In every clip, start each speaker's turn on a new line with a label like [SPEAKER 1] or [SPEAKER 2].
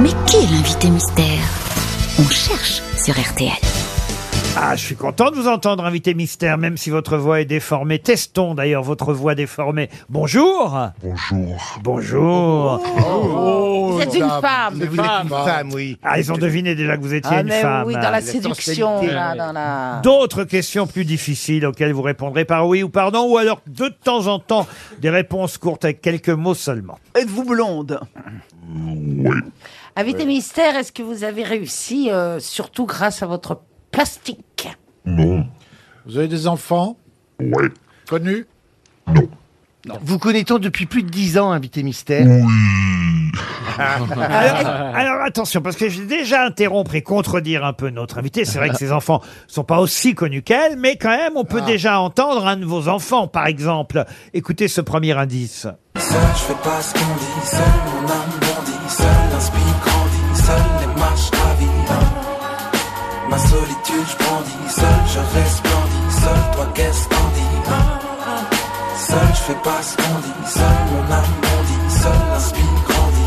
[SPEAKER 1] Mais qui est l'invité mystère On cherche sur RTL.
[SPEAKER 2] Ah, je suis content de vous entendre, invité mystère, même si votre voix est déformée. Testons d'ailleurs votre voix déformée. Bonjour
[SPEAKER 3] Bonjour.
[SPEAKER 2] Bonjour
[SPEAKER 4] Vous êtes une femme.
[SPEAKER 5] Mais vous êtes une femme, oui.
[SPEAKER 2] Ah, ils ont deviné déjà que vous étiez
[SPEAKER 4] Ah,
[SPEAKER 2] une
[SPEAKER 4] mais
[SPEAKER 2] femme.
[SPEAKER 4] oui, dans la
[SPEAKER 5] la
[SPEAKER 4] séduction,
[SPEAKER 5] sensualité,
[SPEAKER 4] là,
[SPEAKER 5] ouais.
[SPEAKER 4] dans la...
[SPEAKER 2] D'autres questions plus difficiles auxquelles vous répondrez par oui ou par non, ou alors de temps en temps des réponses courtes avec quelques mots seulement.
[SPEAKER 6] Êtes-vous blonde
[SPEAKER 3] Oui.
[SPEAKER 4] Invité mystère, est-ce que vous avez réussi, euh, surtout grâce à votre plastique
[SPEAKER 3] Non.
[SPEAKER 7] Vous avez des enfants
[SPEAKER 3] Oui.
[SPEAKER 7] connus
[SPEAKER 5] Vous connaît-on depuis plus de 10 ans, invité mystère
[SPEAKER 2] Euh,
[SPEAKER 4] Ah.
[SPEAKER 2] Alors, Euh, alors, attention, parce que j'ai déjà interrompre et contredire un peu notre invité. C'est vrai que ses enfants sont pas aussi connus qu'elle, mais quand même, on peut
[SPEAKER 4] Ah.
[SPEAKER 2] déjà entendre un de vos enfants, par exemple. Écoutez ce premier indice.
[SPEAKER 8] Seul, je fais pas ce qu'on dit, seul mon âme bondit, seul l'inspire grandit, seul les marches gravirent. Ma solitude, je brandis, seul je resplendis, seul toi qu'est-ce t'en dis. Seul, je fais pas ce qu'on dit, seul mon âme bondit, seul l'inspire grandit.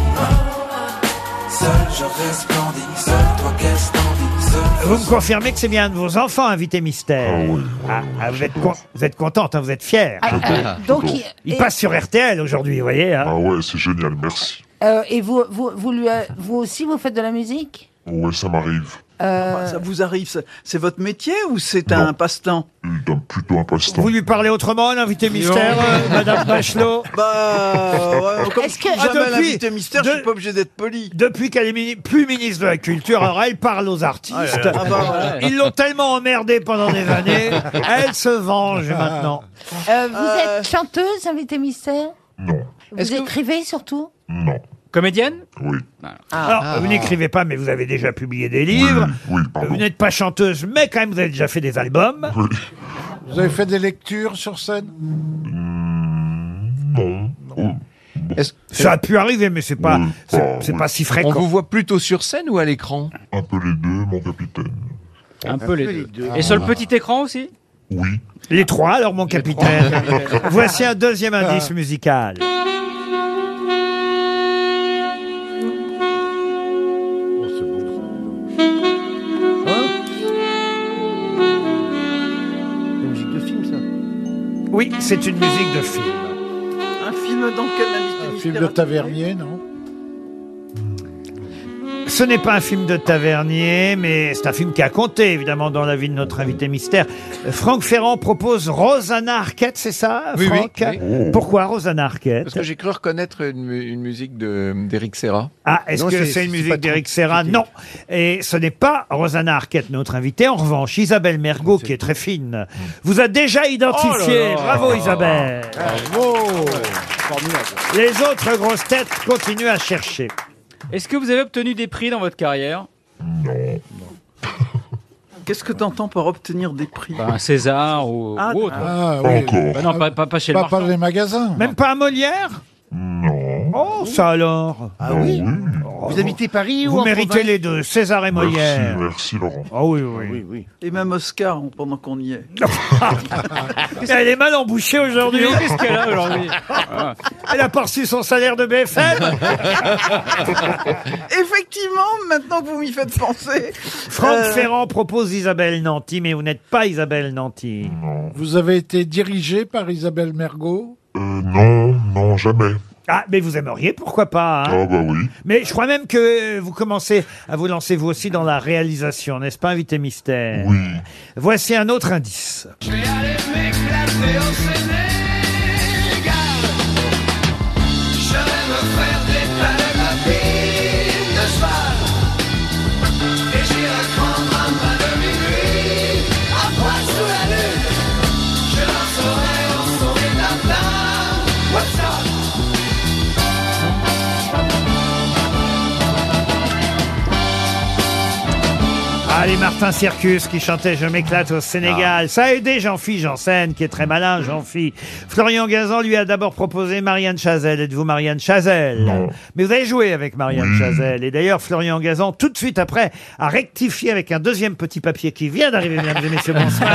[SPEAKER 8] Seul je resplendis, seul toi qu'est-ce t'en dis, seul.
[SPEAKER 2] Vous me confirmez que c'est bien un de vos enfants, invité mystère.
[SPEAKER 3] Ah oui.
[SPEAKER 2] Ah, ah, vous, êtes con- vous êtes contente, hein, vous êtes fière.
[SPEAKER 4] Ah, euh, Donc,
[SPEAKER 3] j'adore.
[SPEAKER 4] il-
[SPEAKER 2] Il
[SPEAKER 4] et,
[SPEAKER 2] passe sur RTL aujourd'hui, vous voyez. hein.
[SPEAKER 3] Ah ouais, c'est génial, merci.
[SPEAKER 4] euh, et vous, vous, vous, lui, euh, vous aussi, vous faites de la musique
[SPEAKER 3] Oh Ouais, ça m'arrive.
[SPEAKER 4] Euh,
[SPEAKER 6] Ah, Ça vous arrive ça- C'est votre métier ou c'est
[SPEAKER 3] Non.
[SPEAKER 6] un passe-temps
[SPEAKER 3] Il donne plutôt un passe-temps.
[SPEAKER 2] Vous lui parlez autrement, l'invité mystère, euh, Madame Bachelot
[SPEAKER 6] Bah, ouais, comme
[SPEAKER 4] Est-ce
[SPEAKER 6] je
[SPEAKER 4] que-
[SPEAKER 6] suis
[SPEAKER 2] Ah,
[SPEAKER 6] jamais
[SPEAKER 2] depuis-
[SPEAKER 6] l'invité mystère, je
[SPEAKER 2] de-
[SPEAKER 6] suis pas obligé d'être poli.
[SPEAKER 2] Depuis qu'elle est mini- plus ministre de la Culture, alors elle parle aux artistes.
[SPEAKER 6] Ah bah, voilà.
[SPEAKER 2] Ils l'ont tellement emmerdée pendant des années, elle se venge
[SPEAKER 3] Ah.
[SPEAKER 2] maintenant.
[SPEAKER 4] euh, vous
[SPEAKER 6] Euh,
[SPEAKER 4] êtes chanteuse, invité mystère
[SPEAKER 3] Non.
[SPEAKER 4] Vous écrivez, surtout
[SPEAKER 3] Non.
[SPEAKER 9] Comédienne
[SPEAKER 3] Oui.
[SPEAKER 2] Alors, vous n'écrivez pas, mais vous avez déjà publié des
[SPEAKER 3] Oui,
[SPEAKER 2] livres.
[SPEAKER 3] Ah, oui,
[SPEAKER 2] Vous
[SPEAKER 3] pardon.
[SPEAKER 2] n'êtes pas chanteuse, mais quand même, vous avez déjà fait des albums.
[SPEAKER 3] Oui.
[SPEAKER 7] Vous avez fait des lectures sur scène
[SPEAKER 3] Non. Oh,
[SPEAKER 2] Ça a pu arriver, mais c'est pas,
[SPEAKER 3] Oui,
[SPEAKER 2] c'est
[SPEAKER 3] bah,
[SPEAKER 2] c'est
[SPEAKER 3] oui.
[SPEAKER 2] pas si
[SPEAKER 9] On
[SPEAKER 2] fréquent.
[SPEAKER 9] vous voit plutôt sur scène ou à l'écran
[SPEAKER 3] Un peu les deux, mon capitaine.
[SPEAKER 9] Un peu les deux. Ah. Et sur le petit écran aussi
[SPEAKER 3] Oui.
[SPEAKER 2] Les trois, alors, mon capitaine. Voici un deuxième
[SPEAKER 5] Ah.
[SPEAKER 2] indice musical.
[SPEAKER 5] Oh, Hein musique de film, ça.
[SPEAKER 2] Oui, c'est une musique de film.
[SPEAKER 6] Un film dans lequel l'invité
[SPEAKER 7] Un
[SPEAKER 6] mystère...
[SPEAKER 7] film
[SPEAKER 6] a
[SPEAKER 7] de
[SPEAKER 6] tourné
[SPEAKER 7] Tavernier, non
[SPEAKER 2] Ce n'est pas un film de tavernier, mais c'est un film qui a compté, évidemment, dans la vie de notre invité mystère. Franck Ferrand propose Rosanna Arquette, c'est ça,
[SPEAKER 9] Oui, oui,
[SPEAKER 2] Franck
[SPEAKER 3] oui.
[SPEAKER 2] Pourquoi Rosanna Arquette
[SPEAKER 9] Parce que j'ai cru reconnaître une, mu- une musique de- d'Eric Serra.
[SPEAKER 2] Ah, est-ce
[SPEAKER 7] Non,
[SPEAKER 2] que
[SPEAKER 7] c'est-
[SPEAKER 2] c'est une
[SPEAKER 7] c'est
[SPEAKER 2] musique
[SPEAKER 7] pas
[SPEAKER 2] d'Eric
[SPEAKER 7] trop
[SPEAKER 2] Serra
[SPEAKER 7] compliqué.
[SPEAKER 2] Non. Et ce n'est pas Rosanna Arquette, notre invitée. En revanche, Isabelle Mergot, qui est très fine, vous a déjà
[SPEAKER 9] Oh
[SPEAKER 2] identifié. Bravo Isabelle. Les autres grosses têtes continuent à chercher.
[SPEAKER 9] Est-ce que vous avez obtenu des prix dans votre carrière
[SPEAKER 6] Qu'est-ce que t'entends par obtenir des prix
[SPEAKER 9] Un César ou,
[SPEAKER 6] Ah,
[SPEAKER 9] ou autre
[SPEAKER 7] Ah
[SPEAKER 3] Pas
[SPEAKER 7] oui.
[SPEAKER 3] encore.
[SPEAKER 9] Bah Non, pas, pas, pas chez le
[SPEAKER 7] Pas par
[SPEAKER 9] marchand.
[SPEAKER 7] les magasins.
[SPEAKER 2] Même pas un Molière
[SPEAKER 3] Non.
[SPEAKER 2] Oh, ça alors
[SPEAKER 5] Ah oui
[SPEAKER 2] Oh,
[SPEAKER 5] Vous habitez Paris ou
[SPEAKER 2] Vous
[SPEAKER 5] en
[SPEAKER 2] méritez
[SPEAKER 5] province
[SPEAKER 2] les deux, César et Molière.
[SPEAKER 3] Merci, merci, Laurent.
[SPEAKER 2] Oh oui, oui.
[SPEAKER 5] Oui, oui.
[SPEAKER 6] Et même Oscar pendant qu'on y est.
[SPEAKER 2] Elle est mal embouchée aujourd'hui.
[SPEAKER 9] Mais Qu'est-ce qu'elle a aujourd'hui
[SPEAKER 2] Elle a pas reçu son salaire de BFM.
[SPEAKER 6] Effectivement, maintenant que vous m'y faites penser...
[SPEAKER 2] Franck
[SPEAKER 6] Euh.
[SPEAKER 2] Ferrand propose Isabelle Nanty, mais vous n'êtes pas Isabelle Nanty.
[SPEAKER 7] Vous avez été dirigé par Isabelle Mergot.
[SPEAKER 3] Euh, non, non, jamais.
[SPEAKER 2] Ah, mais vous aimeriez, pourquoi pas hein
[SPEAKER 3] Ah bah oui.
[SPEAKER 2] Mais je crois même que vous commencez à vous lancer vous aussi dans la réalisation, n'est-ce pas, invité mystère
[SPEAKER 3] Oui.
[SPEAKER 2] Voici un autre indice. Ah, les Martin Circus qui chantait Je m'éclate au
[SPEAKER 3] Ah.
[SPEAKER 2] Sénégal. Ça a aidé Jean-Philippe Janssen, qui est très malin, Jean-Philippe. Florian Gazan lui a d'abord proposé Marianne Chazelle. Êtes-vous Marianne Chazelle
[SPEAKER 3] Non.
[SPEAKER 2] Mais vous avez joué avec Marianne
[SPEAKER 3] Oui.
[SPEAKER 2] Chazelle. Et d'ailleurs, Florian Gazan, tout de suite après, a rectifié avec un deuxième petit papier qui vient d'arriver, mesdames et messieurs, bonsoir.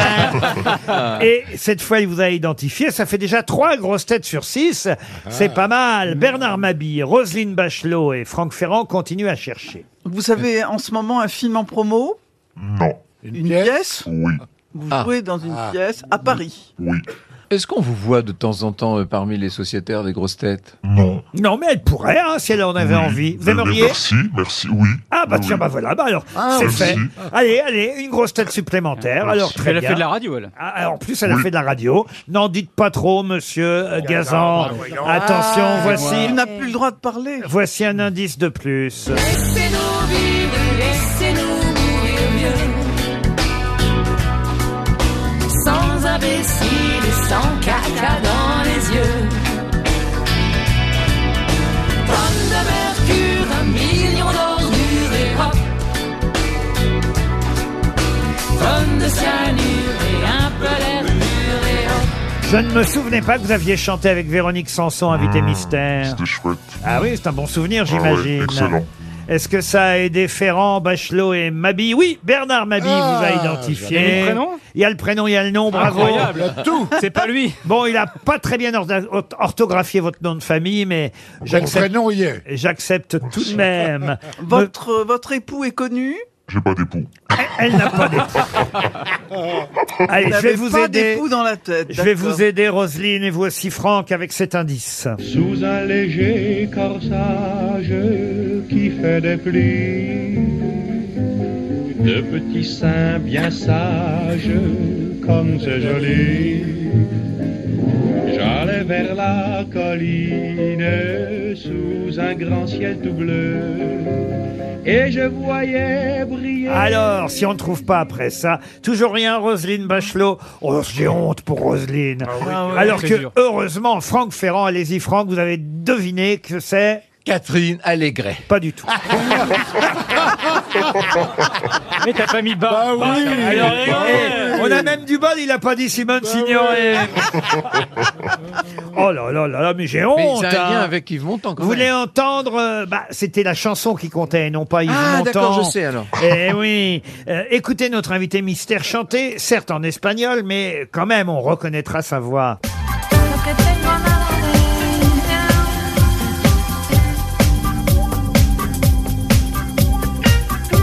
[SPEAKER 2] Et cette fois, il vous a identifié. Ça fait déjà trois grosses têtes sur six.
[SPEAKER 3] Ah.
[SPEAKER 2] C'est pas mal.
[SPEAKER 3] Hmm.
[SPEAKER 2] Bernard Mabille, Roselyne Bachelot et Franck Ferrand continuent à chercher.
[SPEAKER 6] Vous savez, en ce moment, un film en promo,
[SPEAKER 3] Non.
[SPEAKER 6] une pièce,
[SPEAKER 3] Oui.
[SPEAKER 6] vous
[SPEAKER 9] Ah.
[SPEAKER 6] jouez dans une pièce à Paris.
[SPEAKER 3] Oui.
[SPEAKER 9] Est-ce qu'on vous voit de temps en temps euh, parmi les sociétaires des grosses têtes
[SPEAKER 3] Non.
[SPEAKER 2] Non, mais elle pourrait, hein, si elle en avait
[SPEAKER 3] oui.
[SPEAKER 2] envie. Vous
[SPEAKER 3] Mais- mais
[SPEAKER 2] aimeriez
[SPEAKER 3] Merci, merci, oui.
[SPEAKER 2] Ah, bah
[SPEAKER 3] Oui,
[SPEAKER 2] tiens,
[SPEAKER 3] oui. Ah,
[SPEAKER 2] bah voilà, bah alors, c'est
[SPEAKER 3] oui. Ah,
[SPEAKER 2] fait. Allez, allez, une grosse tête supplémentaire. Alors, très
[SPEAKER 10] Elle a
[SPEAKER 2] bien.
[SPEAKER 10] fait de la radio, elle.
[SPEAKER 2] Ah, alors, en plus, elle a
[SPEAKER 3] Oui.
[SPEAKER 2] fait de la radio. N'en dites pas trop, monsieur euh, Gazan.
[SPEAKER 3] bah, Ah,
[SPEAKER 2] Attention, voici,
[SPEAKER 6] Tu n'as plus le droit de parler.
[SPEAKER 2] voici un indice de plus.
[SPEAKER 8] Laissez-nous vivre, laissez-nous mourir mieux. Sans imbécile et sans caca dans les yeux. Tonne de mercure, un million d'ordures et hop. Tonne de cyanure et un peu d'air pur et hop.
[SPEAKER 2] Je ne me souvenais pas que vous aviez chanté avec Véronique Sanson,
[SPEAKER 3] Ah.
[SPEAKER 2] invité mystère.
[SPEAKER 3] C'était chouette.
[SPEAKER 2] Ah oui, c'est un bon souvenir,
[SPEAKER 3] Ah ouais,
[SPEAKER 2] j'imagine.
[SPEAKER 3] excellent.
[SPEAKER 2] Est-ce que ça a aidé Ferrand, Bachelot et Mabi Oui, Bernard Mabi vous a
[SPEAKER 7] Ah,
[SPEAKER 2] identifié.
[SPEAKER 10] j'avais le prénom
[SPEAKER 2] Il y a le prénom, il y a le nom, bravo.
[SPEAKER 10] Incroyable.
[SPEAKER 7] Tout
[SPEAKER 10] C'est pas lui.
[SPEAKER 2] Bon, il a pas très bien orda- ort- orthographié votre nom de famille, mais
[SPEAKER 7] Mon
[SPEAKER 2] j'accepte.
[SPEAKER 7] prénom y est.
[SPEAKER 2] J'accepte tout de même. Me-
[SPEAKER 6] Votre, votre époux est connu,
[SPEAKER 3] J'ai pas d'époux.
[SPEAKER 2] Elle n'a pas d'époux. Allez, je
[SPEAKER 6] vous
[SPEAKER 2] vais
[SPEAKER 6] n'avez
[SPEAKER 2] vous
[SPEAKER 6] pas
[SPEAKER 2] aider.
[SPEAKER 6] d'époux dans la tête.
[SPEAKER 2] Je vais
[SPEAKER 6] d'accord.
[SPEAKER 2] vous aider, Roselyne, et vous aussi, Franck, avec cet indice.
[SPEAKER 11] Sous un léger corsage qui fait des plis, de petits seins bien sages, comme c'est joli. J'allais vers la colline sous un grand ciel tout bleu, et je voyais briller.
[SPEAKER 2] Alors, si on ne trouve pas après ça, toujours rien, Roselyne Bachelot. Oh, j'ai honte pour Roselyne. Alors
[SPEAKER 10] Ah c'est
[SPEAKER 2] que,
[SPEAKER 10] dur.
[SPEAKER 2] heureusement, Franck Ferrand, allez-y, Franck, vous avez deviné que c'est
[SPEAKER 9] Catherine Allégret.
[SPEAKER 2] pas du tout.
[SPEAKER 10] Mais t'as pas mis
[SPEAKER 7] Ah
[SPEAKER 9] Bah
[SPEAKER 10] bas.
[SPEAKER 7] oui
[SPEAKER 2] Alors,
[SPEAKER 10] Bah
[SPEAKER 2] eh, on a même du bol, il a pas dit
[SPEAKER 9] Bah
[SPEAKER 2] Simone Signoret. oh là là là là, mais j'ai honte.
[SPEAKER 9] Mais c'est un lien
[SPEAKER 2] hein.
[SPEAKER 9] avec Yves Montand quand
[SPEAKER 2] Vous voulez
[SPEAKER 9] même.
[SPEAKER 2] entendre euh, bah, C'était la chanson qui comptait, et non pas Yves
[SPEAKER 9] Ah
[SPEAKER 2] Montand.
[SPEAKER 9] d'accord, je sais alors.
[SPEAKER 2] Eh oui. Euh, écoutez notre invité mystère chanter, certes en espagnol, mais quand même, on reconnaîtra sa voix.
[SPEAKER 8] Lo que tengo a la orilla.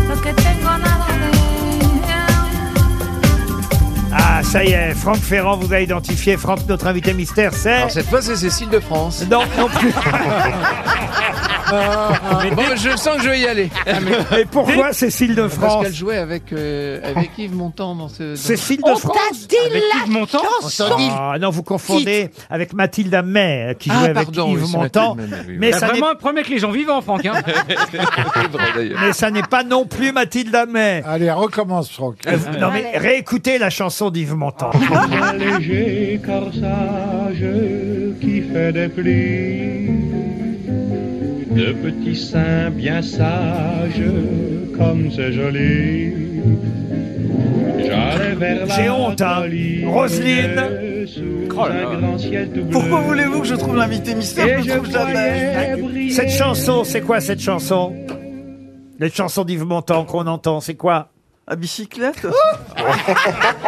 [SPEAKER 8] Lo que tengo a la orilla.
[SPEAKER 2] Ah, ça y est, Franck Ferrand vous a identifié. Franck, notre invité mystère, c'est...
[SPEAKER 9] Alors cette fois c'est Cécile de France.
[SPEAKER 2] Non, non plus.
[SPEAKER 9] Bon, je sens que je vais y aller.
[SPEAKER 2] Et pourquoi Cécile de
[SPEAKER 9] Parce
[SPEAKER 2] Ah, France
[SPEAKER 9] qu'elle jouait avec, euh, avec Yves Montand dans ce. dans-
[SPEAKER 2] Cécile de
[SPEAKER 4] On
[SPEAKER 2] France
[SPEAKER 4] t'a dit
[SPEAKER 10] Avec
[SPEAKER 4] la
[SPEAKER 10] Yves Montand
[SPEAKER 4] chanson
[SPEAKER 2] Ah non, vous confondez avec Mathilde May, qui
[SPEAKER 9] Ah,
[SPEAKER 2] jouait
[SPEAKER 9] pardon,
[SPEAKER 2] avec
[SPEAKER 9] oui,
[SPEAKER 2] Yves
[SPEAKER 9] c'est
[SPEAKER 2] Montand.
[SPEAKER 9] Mathilde Bah, May, oui, oui.
[SPEAKER 2] Mais
[SPEAKER 10] T'as
[SPEAKER 2] ça n'est
[SPEAKER 10] vraiment un problème avec les gens vivants, Franck. Hein
[SPEAKER 9] Libre, d'ailleurs.
[SPEAKER 2] mais ça n'est pas non plus Mathilde May.
[SPEAKER 7] Allez, recommence, Franck.
[SPEAKER 9] Ah,
[SPEAKER 2] Non mais réécoutez la chanson d'Yves Montand.
[SPEAKER 11] un léger corsage qui fait des plis, de petits seins bien sages, comme c'est joli. J'allais vers la
[SPEAKER 2] J'ai honte, hein.
[SPEAKER 11] colline
[SPEAKER 2] Roselyne.
[SPEAKER 11] sous
[SPEAKER 10] Oh là là.
[SPEAKER 11] un grand ciel tout bleu.
[SPEAKER 6] Pourquoi voulez-vous que je trouve l'invité mystère
[SPEAKER 11] Et
[SPEAKER 6] Je
[SPEAKER 11] je
[SPEAKER 6] ne trouve jamais.
[SPEAKER 11] voyais briller
[SPEAKER 2] Cette chanson, c'est quoi cette chanson La chanson d'Yves Montand qu'on entend, c'est quoi
[SPEAKER 6] À bicyclette
[SPEAKER 2] Oh,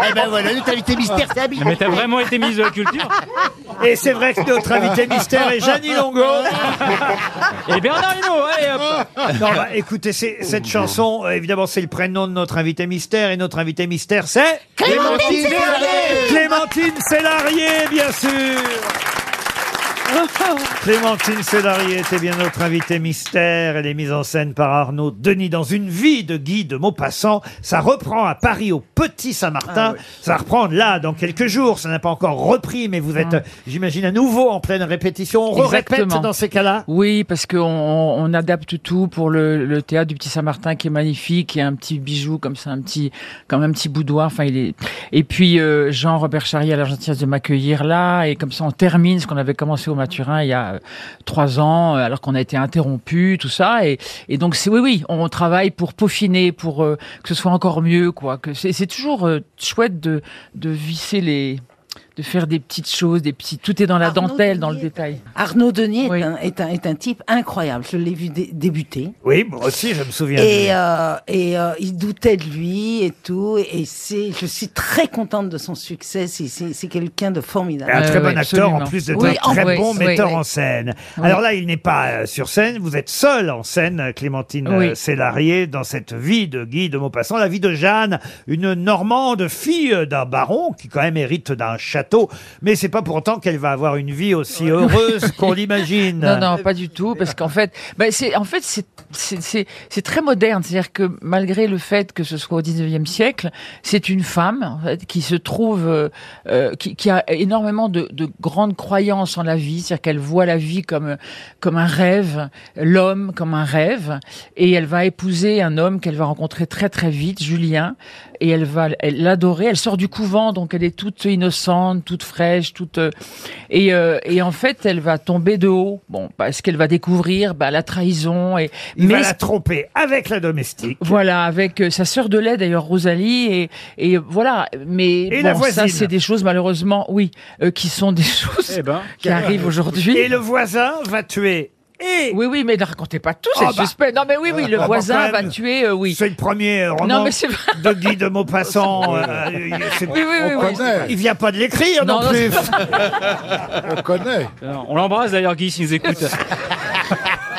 [SPEAKER 5] Eh ben voilà, notre invité mystère, c'est
[SPEAKER 10] Non, Mais t'as vraiment été mise de la culture.
[SPEAKER 2] Et c'est vrai que notre invité mystère est Jeannie Longo.
[SPEAKER 10] Et Eh Bernard Hinault, allez hop.
[SPEAKER 2] Non, bah, écoutez, c'est- cette chanson, euh, évidemment, c'est le prénom de notre invité mystère. Et notre invité mystère, c'est
[SPEAKER 5] Clémentine Sévarier
[SPEAKER 2] Clémentine Sélarié, bien sûr Clémentine Sélarié était bien notre invitée mystère. Elle est mise en scène par Arnaud Denis dans une vie de Guy de Maupassant. Ça reprend à Paris au Petit Saint-Martin.
[SPEAKER 6] Ah oui.
[SPEAKER 2] Ça va reprendre là dans quelques jours. Ça n'a pas encore repris, mais vous êtes, euh, j'imagine, à nouveau en pleine répétition. On répète
[SPEAKER 10] Exactement.
[SPEAKER 2] dans ces cas-là.
[SPEAKER 11] Oui, parce qu'on on, on adapte tout pour le, le théâtre du Petit Saint-Martin qui est magnifique, qui est un petit bijou comme ça, un petit, comme un petit boudoir. Enfin, il est. Et puis euh, Jean Robert Charrier a la gentillesse de m'accueillir là, et comme ça on termine ce qu'on avait commencé au
[SPEAKER 12] Mathurin il y a euh, trois ans, euh, alors qu'on a été interrompu, tout ça. Et, et donc, c'est oui, oui, on travaille pour peaufiner, pour euh, que ce soit encore mieux, quoi. Que c'est c'est toujours euh, chouette de, de visser les, de faire des petites choses, des petits. Tout est dans la dentelle, dans le détail.
[SPEAKER 4] Arnaud Denier est, un, est, un, est un type incroyable. Je l'ai vu dé- débuter.
[SPEAKER 2] Oui, moi aussi, je me souviens.
[SPEAKER 4] Et, euh, et euh, il doutait de lui et tout. Et c'est, je suis très contente de son succès. C'est, c'est, c'est quelqu'un de formidable.
[SPEAKER 2] Et un très bon acteur en plus d'être
[SPEAKER 4] Oui,
[SPEAKER 2] un très
[SPEAKER 4] oui,
[SPEAKER 2] bon
[SPEAKER 4] oui,
[SPEAKER 2] metteur
[SPEAKER 4] oui.
[SPEAKER 2] en scène.
[SPEAKER 4] Oui.
[SPEAKER 2] Alors là, il n'est pas euh, sur scène, vous êtes seul en scène, euh, Clémentine
[SPEAKER 13] Oui.
[SPEAKER 2] euh, Sélarié, dans cette vie de Guy de Maupassant, la vie de Jeanne, une Normande, fille euh, d'un baron qui quand même hérite d'un château, mais c'est pas pour autant qu'elle va avoir une vie aussi heureuse qu'on l'imagine.
[SPEAKER 12] Non, non, pas du tout, parce qu'en fait, ben, c'est, en fait, c'est, c'est, c'est, c'est très moderne. C'est-à-dire que malgré le fait que ce soit au 19e siècle, c'est une femme en fait, qui se trouve, euh, euh, qui, qui a énormément de, de grandes croyances en la vie. C'est-à-dire qu'elle voit la vie comme comme un rêve, l'homme comme un rêve, et elle va épouser un homme qu'elle va rencontrer très très vite, Julien, et elle va elle l'adorer. Elle sort du couvent, donc elle est toute innocente, toute fraîche, toute euh, et, euh, et en fait elle va tomber de haut. Bon, parce qu'elle va découvrir bah, la trahison et
[SPEAKER 2] Il va la tromper avec la domestique.
[SPEAKER 12] Voilà, avec euh, sa sœur de lait d'ailleurs Rosalie et, et voilà. Mais
[SPEAKER 2] Et
[SPEAKER 12] bon,
[SPEAKER 2] la
[SPEAKER 12] ça
[SPEAKER 2] voisine. Eh
[SPEAKER 12] c'est des choses malheureusement, oui, euh, qui sont des choses qui arrivent aujourd'hui.
[SPEAKER 2] ben, Et le voisin va tuer. Et
[SPEAKER 12] oui, oui, mais ne racontez pas tout, c'est
[SPEAKER 2] Ah bah.
[SPEAKER 12] suspect. Non, mais oui, oui, le
[SPEAKER 2] Ah bah,
[SPEAKER 12] voisin
[SPEAKER 2] quand
[SPEAKER 12] va
[SPEAKER 2] même.
[SPEAKER 12] tuer, euh, oui.
[SPEAKER 2] C'est le premier euh, roman
[SPEAKER 12] Non, mais c'est vrai.
[SPEAKER 2] de Guy de Maupassant. euh, euh, c'est-
[SPEAKER 12] Oui, oui, oui,
[SPEAKER 2] on
[SPEAKER 12] oui.
[SPEAKER 2] connaît. Il vient pas de l'écrire non,
[SPEAKER 10] Non, non,
[SPEAKER 2] plus.
[SPEAKER 10] On connaît. On l'embrasse d'ailleurs, Guy, s'il nous écoute.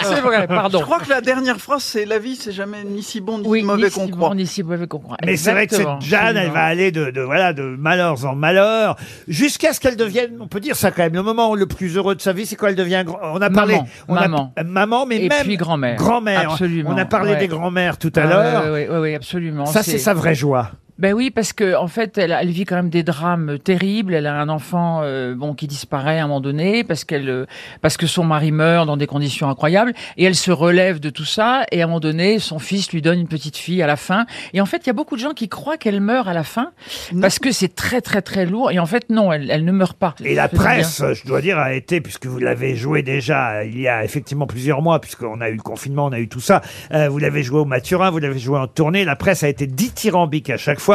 [SPEAKER 2] Euh,
[SPEAKER 12] C'est vrai, pardon.
[SPEAKER 6] Je crois que la dernière phrase, c'est la vie, c'est jamais ni si bon ni si mauvais qu'on croit.
[SPEAKER 12] Ni si mauvais qu'on croit.
[SPEAKER 2] Mais c'est vrai que cette
[SPEAKER 12] Exactement,
[SPEAKER 2] Jeanne, elle
[SPEAKER 12] absolument.
[SPEAKER 2] va aller de, de, voilà, de malheurs en malheurs, jusqu'à ce qu'elle devienne, on peut dire ça quand même, le moment le plus heureux de sa vie, c'est quand elle devient, grand- on a parlé,
[SPEAKER 12] Maman,
[SPEAKER 2] on a-
[SPEAKER 12] maman.
[SPEAKER 2] euh, maman, mais
[SPEAKER 12] Et
[SPEAKER 2] même
[SPEAKER 12] puis grand-mère.
[SPEAKER 2] grand-mère.
[SPEAKER 12] Absolument,
[SPEAKER 2] On a parlé
[SPEAKER 12] ouais.
[SPEAKER 2] des grand-mères tout à
[SPEAKER 12] Ah,
[SPEAKER 2] l'heure.
[SPEAKER 12] ouais, ouais, ouais, ouais, absolument.
[SPEAKER 2] Ça, c'est sa vraie joie.
[SPEAKER 12] Ben oui, parce que en fait, elle, elle vit quand même des drames terribles. Elle a un enfant euh, bon qui disparaît à un moment donné parce qu'elle euh, parce que son mari meurt dans des conditions incroyables et elle se relève de tout ça et à un moment donné, son fils lui donne une petite fille à la fin. Et en fait, il y a beaucoup de gens qui croient qu'elle meurt à la fin parce que c'est très très très lourd. Et en fait, non, elle, elle ne meurt pas.
[SPEAKER 2] Et la
[SPEAKER 12] Ça, c'est bien.
[SPEAKER 2] presse, je dois dire, a été, puisque vous l'avez joué déjà euh, il y a effectivement plusieurs mois, puisqu'on a eu le confinement, on a eu tout ça, euh, vous l'avez joué au Maturin, vous l'avez joué en tournée, la presse a été dithyrambique à chaque fois,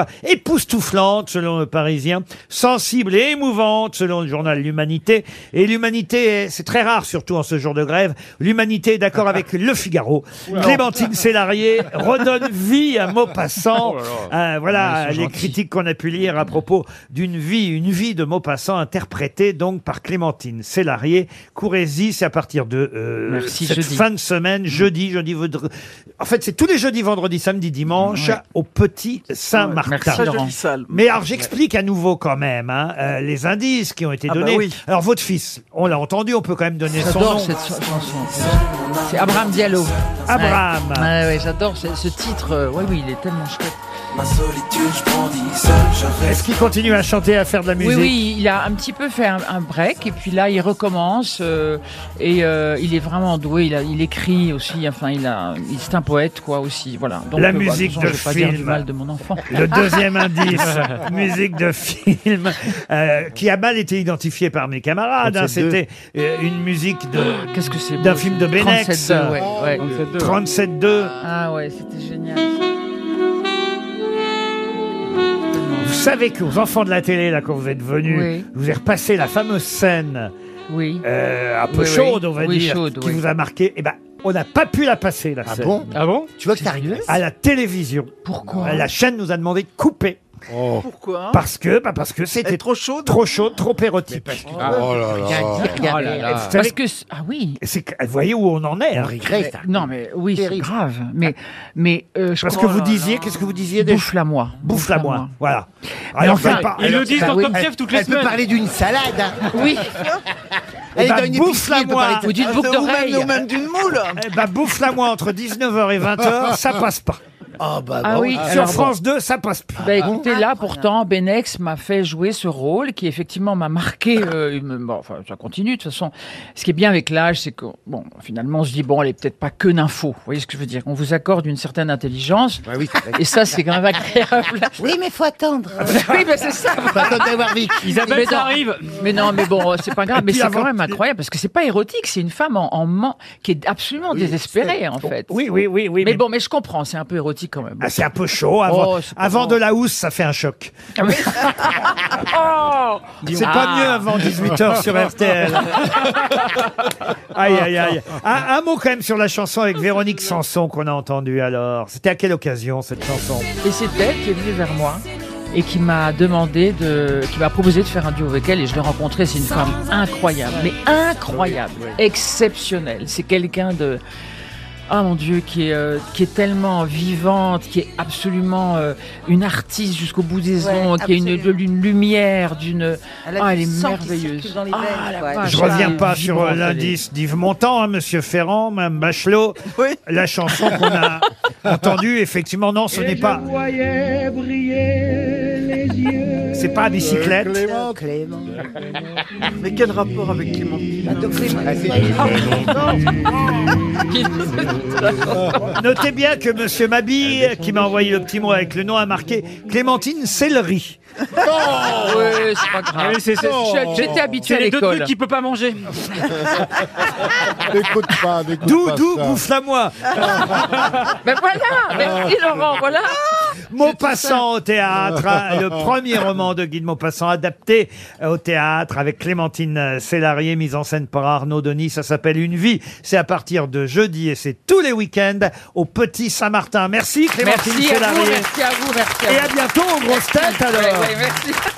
[SPEAKER 2] époustouflante selon le Parisien, sensible et émouvante selon le journal L'Humanité. Et l'Humanité, est- c'est très rare, surtout en ce jour de grève, l'Humanité est d'accord avec Le Figaro.
[SPEAKER 13] Oula.
[SPEAKER 2] Clémentine Sélarié redonne vie à Maupassant.
[SPEAKER 13] Oh
[SPEAKER 2] Euh, voilà
[SPEAKER 13] Ah, ils sont
[SPEAKER 2] les
[SPEAKER 13] gentils.
[SPEAKER 2] critiques qu'on a pu lire à propos d'une vie, une vie de Maupassant interprétée donc par Clémentine Sélarié. Courez-y, c'est à partir de euh,
[SPEAKER 12] Merci,
[SPEAKER 2] cette
[SPEAKER 12] jeudi. Mm.
[SPEAKER 2] fin de semaine, jeudi, jeudi, vendredi. En fait, c'est tous les jeudis, vendredis, samedi, dimanche au Petit Saint-Martin.
[SPEAKER 6] Merci, Très Laurent. jolie salle.
[SPEAKER 2] Mais alors, j'explique à nouveau quand même hein, euh, les indices qui ont été
[SPEAKER 6] Ah bah
[SPEAKER 2] donnés.
[SPEAKER 6] oui.
[SPEAKER 2] Alors, votre fils, on l'a entendu, on peut quand même donner son nom.
[SPEAKER 12] J'adore cette so- chanson. C'est Abraham Diallo.
[SPEAKER 2] Abraham.
[SPEAKER 12] Ouais, ouais, ouais, j'adore ce, ce titre. euh, Ouais, oui, il est tellement chouette.
[SPEAKER 8] Ma solitude, je brandis seul, je reste.
[SPEAKER 2] Est-ce qu'il continue à chanter, à faire de la musique
[SPEAKER 12] Oui, oui, il a un petit peu fait un, un break et puis là il recommence euh, et euh, il est vraiment doué. Il, a- il écrit aussi. Enfin, il a, il c'est un poète quoi aussi. Voilà.
[SPEAKER 2] La
[SPEAKER 12] euh, voilà,
[SPEAKER 2] musique
[SPEAKER 12] toute
[SPEAKER 2] de
[SPEAKER 12] façon, je vais pas dire du
[SPEAKER 2] film.
[SPEAKER 12] mal de mon enfant.
[SPEAKER 2] Le deuxième indice, musique de film, euh, qui a mal été identifié par mes camarades. hein.
[SPEAKER 12] 37-2.
[SPEAKER 2] C'était euh, une musique de
[SPEAKER 12] qu'est-ce que c'est Oh,
[SPEAKER 2] d'un film de Benex.
[SPEAKER 12] 37-2, ouais, ouais.
[SPEAKER 2] 37-2.
[SPEAKER 12] Ah ouais, c'était génial.
[SPEAKER 2] Vous savez que aux enfants de la télé, là, quand vous êtes venus,
[SPEAKER 12] Oui.
[SPEAKER 2] je vous ai repassé la fameuse scène,
[SPEAKER 12] Oui.
[SPEAKER 2] euh, un peu
[SPEAKER 12] Oui, oui.
[SPEAKER 2] chaude, on va
[SPEAKER 12] Oui,
[SPEAKER 2] dire,
[SPEAKER 12] chaude,
[SPEAKER 2] qui
[SPEAKER 12] oui.
[SPEAKER 2] vous a marqué. Eh ben, on n'a pas pu la passer, la scène.
[SPEAKER 14] bon
[SPEAKER 10] Ah bon
[SPEAKER 14] Tu vois que c'est arrivé
[SPEAKER 2] À la télévision.
[SPEAKER 12] Pourquoi
[SPEAKER 2] La chaîne nous a demandé de couper.
[SPEAKER 6] Pourquoi
[SPEAKER 2] Parce que, bah, parce que c'était trop chaud, trop chaud, trop érotique.
[SPEAKER 14] Oh là là.
[SPEAKER 12] Regarde,
[SPEAKER 2] Vous savez
[SPEAKER 12] Parce que c- ah oui.
[SPEAKER 2] C'est que- vous voyez où on en est. hein.
[SPEAKER 12] Mais- non mais oui, c'est grave. Mais mais euh, je
[SPEAKER 2] Parce que
[SPEAKER 12] crois-
[SPEAKER 2] vous disiez, qu'est-ce que vous disiez des-
[SPEAKER 12] Bouffe-la moi.
[SPEAKER 2] Bouffe-la moi. Voilà. bah,
[SPEAKER 12] Mais enfin, ils le disent dans
[SPEAKER 14] oui.
[SPEAKER 12] Top Chef
[SPEAKER 14] Elle-
[SPEAKER 12] toutes les
[SPEAKER 14] elle
[SPEAKER 12] semaines.
[SPEAKER 14] peut parler d'une salade. hein.
[SPEAKER 12] Oui.
[SPEAKER 14] Elle
[SPEAKER 2] Eh
[SPEAKER 14] est
[SPEAKER 2] ben,
[SPEAKER 14] dans une
[SPEAKER 2] bouffe-la
[SPEAKER 14] épicerie, elle peut parler
[SPEAKER 2] moi.
[SPEAKER 12] Ah,
[SPEAKER 14] de- Ou d'une boucle
[SPEAKER 2] bah,
[SPEAKER 6] Ou même, ou même d'une moule
[SPEAKER 2] Eh ben, bouffe-la moi entre 19h et 20h, ça passe pas.
[SPEAKER 12] Ah,
[SPEAKER 2] bah, bah oui. Sur France 2, ça passe plus.
[SPEAKER 12] Bah écoutez, là pourtant, Benex m'a fait jouer ce rôle qui effectivement m'a marqué. euh, une- bon, enfin, ça continue de toute façon. Ce qui est bien avec l'âge, c'est que bon, finalement, on se dit bon, elle est peut-être pas que n'info. Vous voyez ce que je veux dire On vous accorde une certaine intelligence. et ça, c'est quand même agréable.
[SPEAKER 14] Oui, mais faut attendre.
[SPEAKER 12] oui, mais c'est ça.
[SPEAKER 7] Oh.
[SPEAKER 14] Faut attendre d'avoir vécu.
[SPEAKER 12] Mais non, Mais non, mais bon, euh, c'est pas grave.
[SPEAKER 14] Et
[SPEAKER 12] Mais
[SPEAKER 14] puis
[SPEAKER 12] c'est
[SPEAKER 14] avant-
[SPEAKER 12] quand même incroyable parce que c'est pas érotique. C'est une femme en, en man- qui est absolument désespérée en fait.
[SPEAKER 2] Oui, oui, oui, oui.
[SPEAKER 12] Mais, bon, mais je comprends. C'est un peu érotique quand même.
[SPEAKER 2] Ah, c'est un peu chaud. Avant,
[SPEAKER 12] Oh, c'est pas
[SPEAKER 2] avant
[SPEAKER 12] bon.
[SPEAKER 2] de la housse, ça fait un choc. C'est pas
[SPEAKER 12] Ah.
[SPEAKER 2] mieux avant 18h sur RTL. Aïe, aïe, aïe. Un, un mot quand même sur la chanson avec Véronique Sanson qu'on a entendue alors. C'était à quelle occasion cette chanson
[SPEAKER 12] Et c'est elle qui est venue vers moi et qui m'a demandé de, qui m'a proposé de faire un duo avec elle et je l'ai rencontrée. C'est une femme incroyable, mais incroyable, exceptionnelle. C'est quelqu'un de, ah mon Dieu, qui est, euh, qui est tellement vivante, qui est absolument euh, une artiste jusqu'au bout des
[SPEAKER 4] Ouais,
[SPEAKER 12] ongles, qui est une, de,
[SPEAKER 4] absolument.
[SPEAKER 12] d'une lumière, d'une,
[SPEAKER 4] Elle a
[SPEAKER 12] ah
[SPEAKER 4] du
[SPEAKER 12] elle est
[SPEAKER 4] sang qui
[SPEAKER 12] merveilleuse.
[SPEAKER 4] circule dans les
[SPEAKER 12] Ah,
[SPEAKER 4] veines,
[SPEAKER 12] la
[SPEAKER 4] quoi.
[SPEAKER 12] vache,
[SPEAKER 2] Je reviens
[SPEAKER 12] elle est
[SPEAKER 2] pas sur
[SPEAKER 12] vibrante,
[SPEAKER 2] euh,
[SPEAKER 12] elle est-
[SPEAKER 2] l'indice d'Yves Montand, hein, Monsieur Ferrand, Mme Bachelot. La chanson qu'on a entendue, effectivement, non, ce
[SPEAKER 11] Et
[SPEAKER 2] n'est
[SPEAKER 11] je
[SPEAKER 2] pas.
[SPEAKER 11] voyais briller les yeux. Euh,
[SPEAKER 2] C'est pas à bicyclette.
[SPEAKER 6] Mais quel rapport avec Clémentine
[SPEAKER 2] Notez bien que Monsieur Mabille, qui m'a envoyé le petit mot avec le nom, a marqué Clémentine Céleri.
[SPEAKER 12] Ah, Ouais, c'est pas grave.
[SPEAKER 2] Ah. Oui, c'est- c'est-
[SPEAKER 12] Je- J'étais habitué à
[SPEAKER 2] C'est les deux
[SPEAKER 12] l'école.
[SPEAKER 2] trucs qu'il
[SPEAKER 10] peut pas manger.
[SPEAKER 7] N'écoute pas, n'écoute
[SPEAKER 2] D'où,
[SPEAKER 7] pas
[SPEAKER 2] d'où,
[SPEAKER 7] ça.
[SPEAKER 2] bouffe-la-moi
[SPEAKER 12] Mais Ben
[SPEAKER 2] Ah.
[SPEAKER 12] voilà, merci Laurent, voilà.
[SPEAKER 2] Maupassant au théâtre, hein, le premier roman de Guy de Maupassant adapté euh, au théâtre avec Clémentine euh, Célarier, mise en scène par Arnaud Denis. Ça s'appelle Une vie. C'est à partir de jeudi et c'est tous les week-ends au Petit Saint-Martin. Merci Clémentine
[SPEAKER 12] Merci à vous,
[SPEAKER 2] Célarier.
[SPEAKER 12] merci à vous, merci à
[SPEAKER 2] Et
[SPEAKER 12] vous.
[SPEAKER 2] à bientôt aux grosses têtes alors.
[SPEAKER 12] Ouais, ouais, merci.